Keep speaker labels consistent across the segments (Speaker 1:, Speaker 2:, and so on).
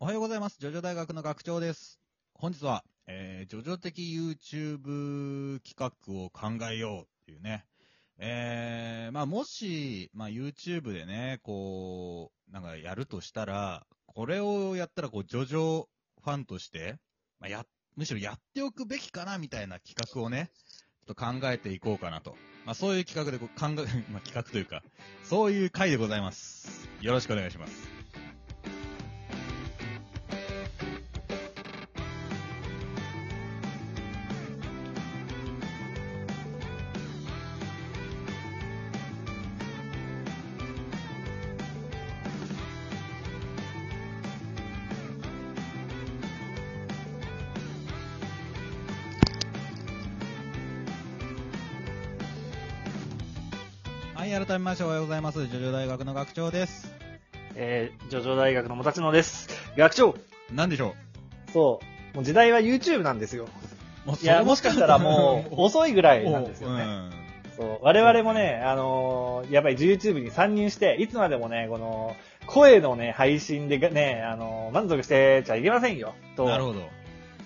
Speaker 1: はようございます。ジョジョ大学の学長です。本日は、えー、ジョジョ的 YouTube 企画を考えようっていうね。えー、まあ、もし、まあ、YouTube でね、こう、なんかやるとしたら、これをやったら、こう、ジョジョファンとして、まあ、や、むしろやっておくべきかな、みたいな企画をね、ちょっと考えていこうかなと。まあ、そういう企画でこう、考え、 まあ、企画というか、そういう回でございます。よろしくお願いします。はい、改めましておはようございます。ジョジョ大学の学長です。
Speaker 2: えー、ジョジョ大学のもたちのです。学長
Speaker 1: なんでしょ
Speaker 2: そう。もう時代は YouTube なんですよ。
Speaker 1: うもうそ
Speaker 2: い
Speaker 1: れ
Speaker 2: や、もしかしたらも う遅いぐらいなんですよね。そう我々もね、あのーやっぱり YouTube に参入して、いつまでもね、この、声のね、配信でがね、あのー満足してちゃいけませんよ。
Speaker 1: う
Speaker 2: と
Speaker 1: ん。なるほど。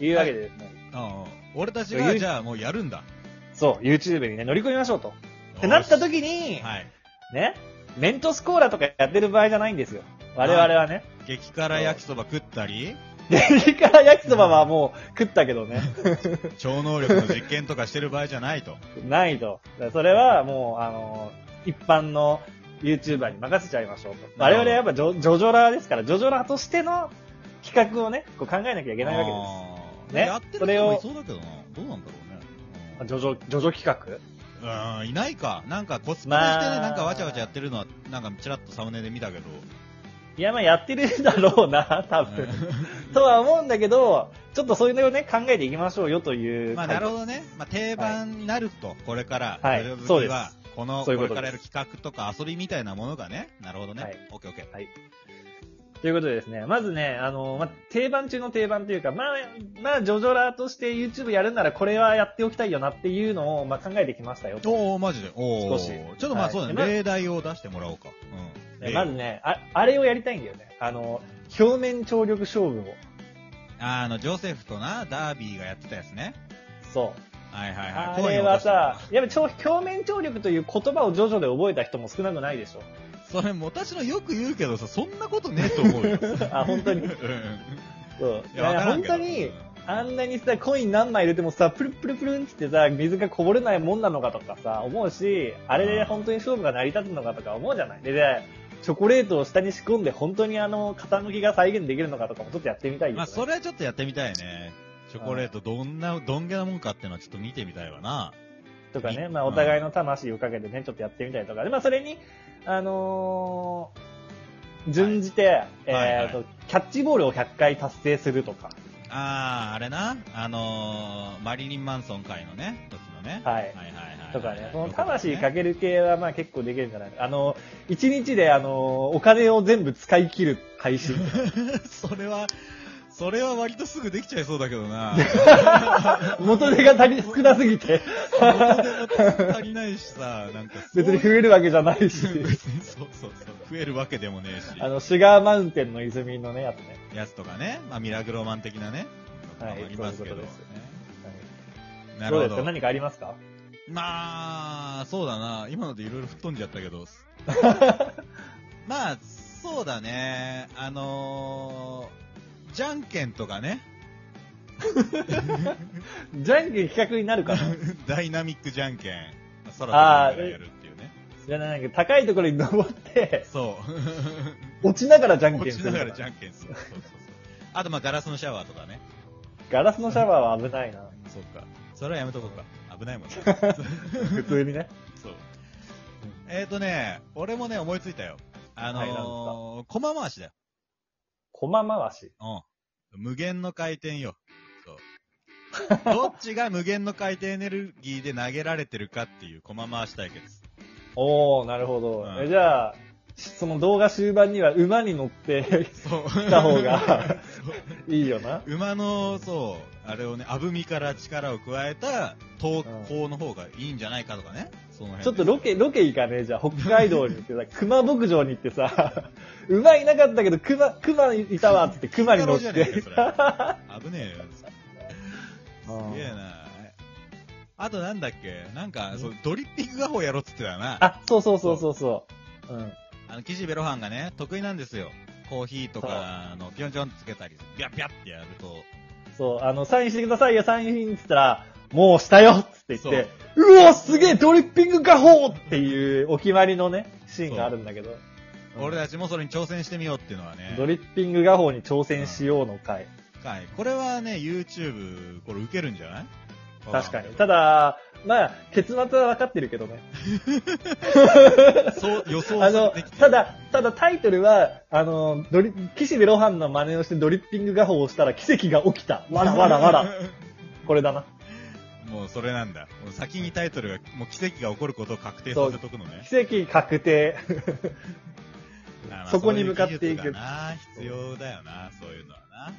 Speaker 2: いうわけでですね。
Speaker 1: ああ俺たち
Speaker 2: いや
Speaker 1: が、
Speaker 2: ゆ
Speaker 1: じゃあもうやるんだ。
Speaker 2: そう、YouTube にね、乗り込みましょうと。ってなった時に、
Speaker 1: はい。
Speaker 2: ね、メントスコーラとかやってる場合じゃないんですよ。我々はね。
Speaker 1: 激辛焼きそば食ったり、
Speaker 2: 激辛焼きそばはもう食ったけどね。
Speaker 1: 超能力の実験とかしてる場合じゃないと。
Speaker 2: ないと。だからそれはもう、あの、一般の YouTuber に任せちゃいましょうと。
Speaker 1: なる
Speaker 2: 我
Speaker 1: ほど
Speaker 2: 々やっぱジョジョジョラーですから、ジョジョラーとしての企画をね、こう考えなきゃいけないわけで
Speaker 1: ああ
Speaker 2: ね
Speaker 1: やってる人もいそうだけどな。どうなんだろうね。
Speaker 2: す。ジョジョ、ジョジョ企
Speaker 1: うんうん、いないか。なんかコスプレして
Speaker 2: ま
Speaker 1: ね、
Speaker 2: あ
Speaker 1: なんかわちゃわちゃやってるのは、なんかチラッとサムネで見たけど。
Speaker 2: 画いや、まあやってるだろうな、 多分。とは思うんだけど、ちょっとそういうのをね、考えていきましょうよという。
Speaker 1: まあなるほどね。まあ定番になると、これから、
Speaker 2: はい
Speaker 1: ジョジョ
Speaker 2: そう
Speaker 1: 好き
Speaker 2: で
Speaker 1: は
Speaker 2: す、
Speaker 1: この、
Speaker 2: そういう
Speaker 1: こ
Speaker 2: こ
Speaker 1: れ
Speaker 2: と
Speaker 1: から
Speaker 2: で
Speaker 1: やる企画とか遊びみたいなものがね、なるほどね。
Speaker 2: はい
Speaker 1: オッケーオッケー。
Speaker 2: ということでですね、まずね、あの、まあ、定番中の定番というか、まあ、まあ、ジョジョラーとして YouTube やるならこれはやっておきたいよなっていうのを、まあ、考えてきましたよと。
Speaker 1: おおマジで。おお
Speaker 2: 少し
Speaker 1: ちょっとまあそうだね、
Speaker 2: はい
Speaker 1: 例題を出してもらおうか。うん。
Speaker 2: ね
Speaker 1: 例
Speaker 2: まずねあ、あれをやりたいんだよね。あの、表面張力勝負を。
Speaker 1: あの、ジョセフとな、ダービーがやってたやつね。
Speaker 2: そう。
Speaker 1: はいはいはい。
Speaker 2: あ
Speaker 1: 声
Speaker 2: れ
Speaker 1: を出
Speaker 2: は
Speaker 1: してた
Speaker 2: さ、やっぱ超表面張力という言葉を徐々で覚えた人も少なくないでしょ。
Speaker 1: それ、もたしのよく言うけどさ、そんなことねえと思うよ。
Speaker 2: あ、 本 当
Speaker 1: うん。
Speaker 2: に。そう。
Speaker 1: いや、わからん
Speaker 2: 本
Speaker 1: けど
Speaker 2: 当に
Speaker 1: うん、
Speaker 2: あんなにさ、コイン何枚入れてもさ、プルプルプルンってさ、水がこぼれないもんなのかとかさ、思うし、あれで本当に勝負が成り立つのかとか思うじゃない。で、でチョコレートを下に仕込んで、本当にあの、傾きが再現できるのかとかもちょっとやってみたいよ、ね。
Speaker 1: まあ、それはちょっとやってみたいね。チョコレートどんな、どんげなもんかっていうのはちょっと見てみたいわな。
Speaker 2: とか
Speaker 1: う
Speaker 2: ね、
Speaker 1: ん
Speaker 2: まあ、お互いの魂をかけてね、ちょっとやってみたりとか。で、まあ、それに、あのー準じて、えっ、と、キャッチボールを100回達成するとか。
Speaker 1: あー、あれな。あのー、マリリン・マンソン会のね、時のね。
Speaker 2: はい
Speaker 1: はいはいはい。
Speaker 2: とかね、その魂かける系はまあ結構できるんじゃないあの、一日であの、お金を全部使い切る 配信。
Speaker 1: それは、それは割とすぐできちゃいそうだけど な。
Speaker 2: 元手が足り、少なすぎて、
Speaker 1: 足りないしさ、なんかそう
Speaker 2: 別に増えるわけじゃないし。
Speaker 1: 別に そうそうそう。増えるわけでもねえし。
Speaker 2: あの、シュガーマウンテンの泉のね、やつね。
Speaker 1: やつとかね。まあ、ミラクロマン的なね。
Speaker 2: はい
Speaker 1: ありますけど。
Speaker 2: そう
Speaker 1: ね
Speaker 2: いうこ
Speaker 1: な
Speaker 2: とどう
Speaker 1: る
Speaker 2: です
Speaker 1: ほ
Speaker 2: か
Speaker 1: ど。
Speaker 2: 何かありますか
Speaker 1: まあ、そうだな。今のでいろいろ吹っ飛んじゃったけ ど。まあ、そうだね。あのー、じゃんけんとかね。
Speaker 2: じゃんけん企画になるか な
Speaker 1: ダイナミックじゃんけん。空飛び
Speaker 2: あ
Speaker 1: な
Speaker 2: ー
Speaker 1: がらやるっていうね。
Speaker 2: じゃあなんか高いところに登って、
Speaker 1: そう。
Speaker 2: 落ちながらじゃんけ
Speaker 1: 落
Speaker 2: んす
Speaker 1: ち
Speaker 2: ると
Speaker 1: な
Speaker 2: か。
Speaker 1: がらじゃんけんする。そうそうそう。あと、まあ、ガラスのシャワーとかね。
Speaker 2: ガラスのシャワーは危ないな。
Speaker 1: そうか。それはやめとこうか。危ないもん ね。
Speaker 2: 普通にね。
Speaker 1: そう。えっ、ー、とね、俺もね、思いついたよ。あ
Speaker 2: はいなんです
Speaker 1: のー、駒回しだよ。
Speaker 2: 駒回し。
Speaker 1: うん。無限の回転よ。 そう。どっちが無限の回転エネルギーで投げられてるかっていう駒回し対決。
Speaker 2: おー、なるほど。
Speaker 1: うん
Speaker 2: えじゃあ、その動画終盤には馬に乗って、
Speaker 1: そう。
Speaker 2: た 方が
Speaker 1: そう
Speaker 2: いいよな。
Speaker 1: 馬の、そう、あれをね、あぶみから力を加えた投稿の方がいいんじゃないかとかね。その辺で
Speaker 2: ちょっとロケ、ロケ行かねえじゃん。北海道に行ってさ、熊牧場に行ってさ、馬いなかったけど、熊、熊いたわって言って熊に乗っ
Speaker 1: 金太郎じゃねえ
Speaker 2: て。
Speaker 1: かそれ危ねえよ。すげえ
Speaker 2: あ
Speaker 1: な。あとなんだっけなんか、そう、ドリッピング画法やろうっつってたよな。
Speaker 2: あ、そうそうそうそうそう。うん。
Speaker 1: あの、岸辺露伴がね、得意なんですよ。コーヒーとかの、ぴょんぴょんつけたり、ビャッビャッってやると、
Speaker 2: そう、あの、サインしてくださいよ、サインって言ったら、もうしたよって言っ
Speaker 1: そ
Speaker 2: て
Speaker 1: う、
Speaker 2: うおすげえドリッピング画法っていうお決まりのね、シーンがあるんだけど。うん
Speaker 1: 俺たちもそれに挑戦してみようっていうのはね、
Speaker 2: ドリッピング画法に挑戦しようの回。
Speaker 1: はいこれはね、YouTube、これ受けるんじゃない
Speaker 2: 確かに。ただ、まあ、結末は分かってるけどね。
Speaker 1: に。そう、予想
Speaker 2: あの
Speaker 1: でき、て
Speaker 2: ただ、ただタイトルは、あの、ドリ、岸辺露伴の真似をしてドリッピング画法をしたら奇跡が起きた。わらわらわら。。これだな。
Speaker 1: もうそれなんだ。もう先にタイトルが、もう奇跡が起こることを確定させとくのね。
Speaker 2: 奇跡確定。
Speaker 1: あまあ
Speaker 2: そこに向かっていく
Speaker 1: そうう技術がな必要だよな、そういうのはな。
Speaker 2: う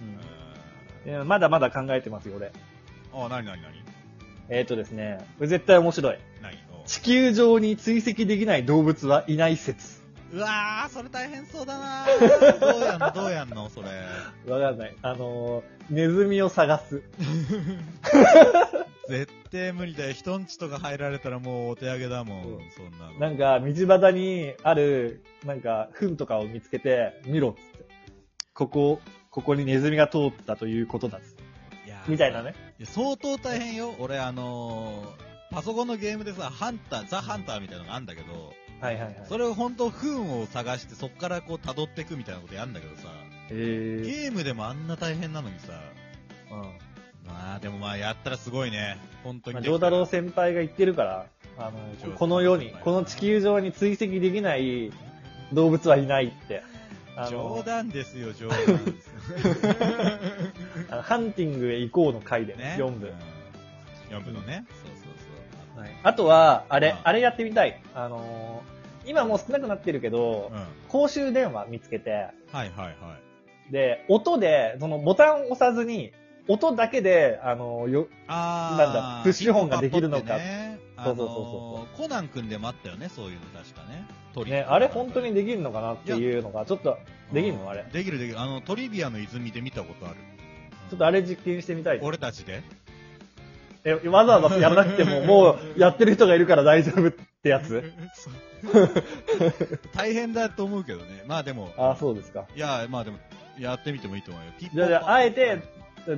Speaker 1: うんん。
Speaker 2: いやまだまだ考えてますよ、俺。
Speaker 1: おなになになに
Speaker 2: えっ、ー、とですね、これ絶対面白い。
Speaker 1: なにお
Speaker 2: 地球上に追跡できない動物はいない説。
Speaker 1: うわー、それ大変そうだなー。 どうやんの、どうやんの、それ。
Speaker 2: わかんない。あのー、ネズミを探す。
Speaker 1: 絶対無理だよ。人んちとか入られたらもうお手上げだもん、そんなの。
Speaker 2: なんか、道端にある、なんか、糞とかを見つけて、見ろっつって。ここ、ここにネズミが通ったということだっつって
Speaker 1: いやー
Speaker 2: みたいな。ね。
Speaker 1: いや相当大変よ。俺、あのー、パソコンのゲームでさ、ハンター、ザ・ハンターみたいなのがあんだけど、
Speaker 2: はいはいはい。
Speaker 1: それを本当糞を探して、そっからこう辿っていくみたいなことやんだけどさ、
Speaker 2: え
Speaker 1: ゲームでもあんな大変なのにさ、
Speaker 2: ー。うん。
Speaker 1: まあでもまあやったらすごいね。本当
Speaker 2: ま
Speaker 1: にで
Speaker 2: あ、上
Speaker 1: きた
Speaker 2: 太
Speaker 1: ら。
Speaker 2: 郎先輩が言ってるから、あ
Speaker 1: 上
Speaker 2: の、
Speaker 1: 太郎
Speaker 2: この世に、この地球上に追跡できない動物はいないって。あの
Speaker 1: 冗談ですよ、冗談 です。
Speaker 2: あのハンティングへ行こうの回で、
Speaker 1: ね。
Speaker 2: 4部。
Speaker 1: うん。4部のね。そうそうそう。
Speaker 2: はいあとは、あれ、
Speaker 1: うん
Speaker 2: あれやってみたい。あのー今もう少なくなってるけど、
Speaker 1: うん。
Speaker 2: 公衆電話見つけて、
Speaker 1: はいはいはい。
Speaker 2: で、音で、そのボタンを押さずに、音だけで、あのーよ、
Speaker 1: あー。
Speaker 2: なんだプッシュホンができるのか
Speaker 1: ね、あの
Speaker 2: そう
Speaker 1: ー
Speaker 2: そうそ
Speaker 1: コナン君でもあったよね、そういうの確かね。トリ
Speaker 2: ね、あれ本当にできるのかなっていうのが、ちょっと、できるのあれ。
Speaker 1: できるできる。あの、トリビアの泉で見たことある。
Speaker 2: ちょっとあれ実験してみたい。
Speaker 1: 俺たちで
Speaker 2: え、わざわざやらなく ても、もう、やってる人がいるから大丈夫ってやつ
Speaker 1: そう 大変だと思うけどね。まあでも、
Speaker 2: ああ、そうですか。
Speaker 1: いや、まあでも、やってみてもいいと思うよ。ピッポッ
Speaker 2: じゃあじゃあ
Speaker 1: パッ
Speaker 2: あえて、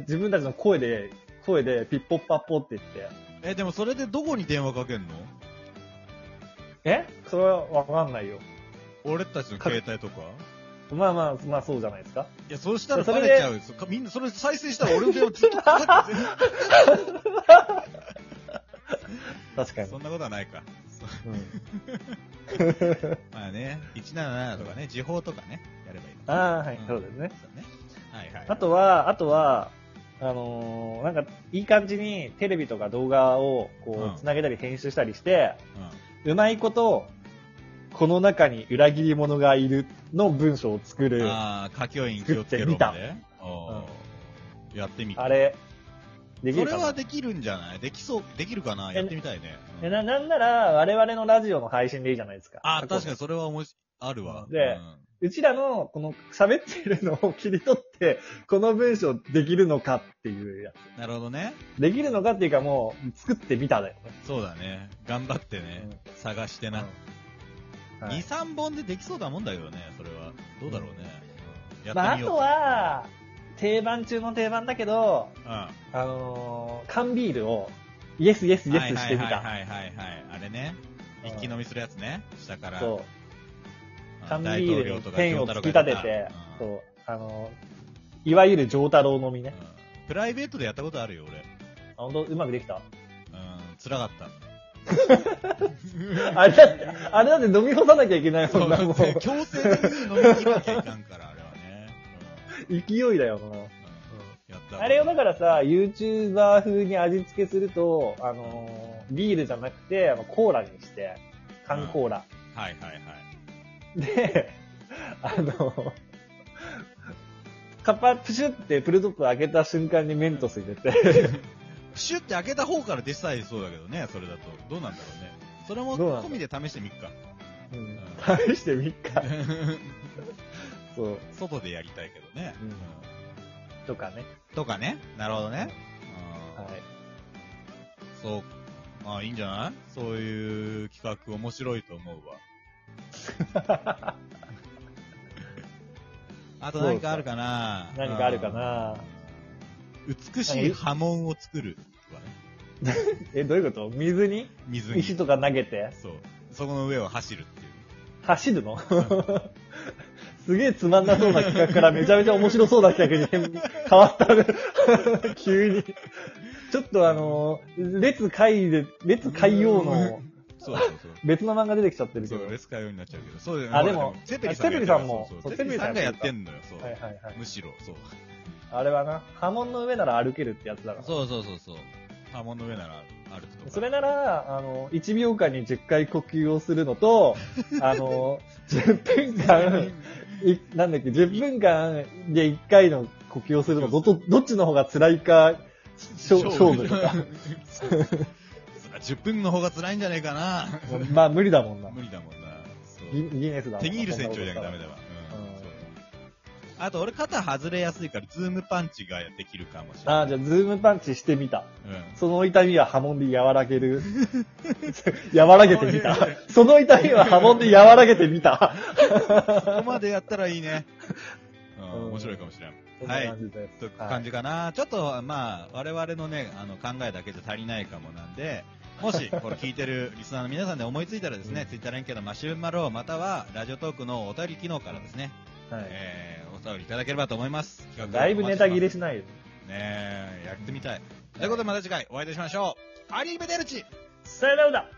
Speaker 2: 自分たちの声で、声で、ピッポッパッポって言って、
Speaker 1: え、でもそれでどこに電話かけんの
Speaker 2: えそれはわかんないよ。
Speaker 1: 俺たちの携帯とか
Speaker 2: まあまあ、まあそうじゃないですか。
Speaker 1: いや、そうしたら
Speaker 2: そ
Speaker 1: バ
Speaker 2: れ
Speaker 1: レ
Speaker 2: で
Speaker 1: ちゃうよ。そかみんな、それ再生したら俺の電話ずっとかかってて
Speaker 2: 確か に。
Speaker 1: そんなことはないか。
Speaker 2: うん
Speaker 1: まあね、177とかね、時報とかね、やればいいのかな。
Speaker 2: ああ、はい、そうですね。
Speaker 1: そうね。はいはい。
Speaker 2: あとは、あとは、あのーなんか、いい感じにテレビとか動画を、こ
Speaker 1: うん
Speaker 2: う、つなげたり編集したりして、
Speaker 1: うん、
Speaker 2: うまいこと、この中に裏切り者がいるの文章を作る。あ
Speaker 1: ああ、歌教員気をつけろまで。あーやってみた。
Speaker 2: れ、でき
Speaker 1: そ
Speaker 2: る
Speaker 1: れ
Speaker 2: か
Speaker 1: は
Speaker 2: な
Speaker 1: できるんじゃないできそう、できるかな
Speaker 2: え
Speaker 1: やってみたいね。うん
Speaker 2: えななんなら、我々のラジオの配信でいいじゃないですか。
Speaker 1: あー、
Speaker 2: 過去の
Speaker 1: 確かにそれはおもし、あるわ。う
Speaker 2: で
Speaker 1: ん
Speaker 2: うちらの、この喋ってるのを切り取って、この文章できるのかっていうや
Speaker 1: なるほどね。
Speaker 2: つ。できるのかっていうかもう、作ってみただよね。
Speaker 1: そうだね。頑張ってね。探してな。
Speaker 2: うんはい
Speaker 1: 2、3本でできそうだもんだけどね、それは。どうだろうね。や
Speaker 2: まあ、
Speaker 1: って
Speaker 2: あ
Speaker 1: みよ
Speaker 2: と
Speaker 1: う。
Speaker 2: は、定番中の定番だけど、
Speaker 1: あ
Speaker 2: あのー缶ビールを、イエスイエス
Speaker 1: う
Speaker 2: イ
Speaker 1: ん。
Speaker 2: エスしてみた。
Speaker 1: はいはいはいはいはい。あれね。
Speaker 2: うん
Speaker 1: 一気飲みするやつね。下から。
Speaker 2: そう。
Speaker 1: うん
Speaker 2: 缶ビ
Speaker 1: 大
Speaker 2: ー
Speaker 1: 統
Speaker 2: ル
Speaker 1: 領
Speaker 2: に
Speaker 1: とか
Speaker 2: ペンを突き立てて、
Speaker 1: うん
Speaker 2: そう。あのーいわゆる上太郎のみ
Speaker 1: うん
Speaker 2: ね。
Speaker 1: プライベートでやったことあるよ、俺。
Speaker 2: あ本当うまくできた。
Speaker 1: うん、辛かっ た。
Speaker 2: あれだって、あれだって飲み干さなきゃいけないもんな、もう。勢
Speaker 1: 強制的に飲み切らなきゃいかんから、あれはね。
Speaker 2: いだよな。
Speaker 1: うんやった。
Speaker 2: あれをだからさ、YouTuber 風に味付けすると、あのービールじゃなくて、あのコーラにして、缶コーラ
Speaker 1: はいはいはい。
Speaker 2: で、あの、カッパプシュってプルトップ開けた瞬間にメントス入れて、
Speaker 1: プシュって開けた方から出したいそうだけどね、それだと。どうなんだろうね。それも
Speaker 2: どうなんだろ
Speaker 1: 込みで試してみっか。
Speaker 2: うん試してみっか。そう。
Speaker 1: 外でやりたいけどね。
Speaker 2: うんとかね。
Speaker 1: とかね。なるほどね。うん
Speaker 2: はい。
Speaker 1: そう。まあいいんじゃないそういう企画面白いと思うわ。あと何かあるかな
Speaker 2: 何かあるかな
Speaker 1: うん美しい波紋を作るとかね。
Speaker 2: え、どういうこと水に
Speaker 1: 水に。
Speaker 2: 石とか投げて
Speaker 1: そう。そこの上を走るっていう。
Speaker 2: 走るの すげえつまんなそうな企画からめちゃめちゃ面白そうな企画に変わったね。 急に。ちょっとあのー、列海で、列海洋の
Speaker 1: そうそうそう。
Speaker 2: 別の漫画出てきちゃってるけ
Speaker 1: そ
Speaker 2: ど。は
Speaker 1: う、
Speaker 2: い
Speaker 1: レスカようになっちゃうけど。そうだよ
Speaker 2: あでも
Speaker 1: セペリさんがやってる
Speaker 2: セペリさんも
Speaker 1: そうそう
Speaker 2: そう
Speaker 1: セペリさんがやってんのよ、そう。
Speaker 2: はいはい。
Speaker 1: むしろ、そう。
Speaker 2: あれはな、波紋の上なら歩けるってやつだから。
Speaker 1: そうそうそうそう。波紋の上ならあるとか。
Speaker 2: それなら、あの、1秒間に10回呼吸をするのと、あの、10分間、いなんだっけ、10分間で1回の呼吸をするの、どと、どっちの方が辛いか、勝勝負とか。
Speaker 1: そう10分の方が辛いんじゃねえかな。
Speaker 2: まあ、無理だもんな。
Speaker 1: 無理だもんな。そう
Speaker 2: ギギネスだもん
Speaker 1: テ
Speaker 2: な。
Speaker 1: ニール船長じゃなきゃダメだわ。うんそうあと俺肩外れやすいからズームパンチができるかもしれない。
Speaker 2: ああ、じゃあ、ズームパンチしてみた。
Speaker 1: うん
Speaker 2: その痛みは波紋で和らげる。 和らげてみた。その痛みは波紋で和らげてみた。
Speaker 1: ここまでやったらいいね。うん
Speaker 2: うん
Speaker 1: 面白いかもしれん。
Speaker 2: そんな感じです
Speaker 1: と感じかな、ちょっとまあ我々のねあの考えだけじゃ足りないかもなんでもしこれ聞いてるリスナーの皆さんで思いついたらですね、
Speaker 2: うん
Speaker 1: ツイッター連携のマシュマロまたはラジオトークのお便り機能からですね、
Speaker 2: はい。
Speaker 1: えーお便りいただければと思います企画
Speaker 2: だいぶネタ切れ
Speaker 1: ね
Speaker 2: しないよ。
Speaker 1: えやってみたい、ということでまた次回お会いいたしましょうアリーベデルチ
Speaker 2: さよならだ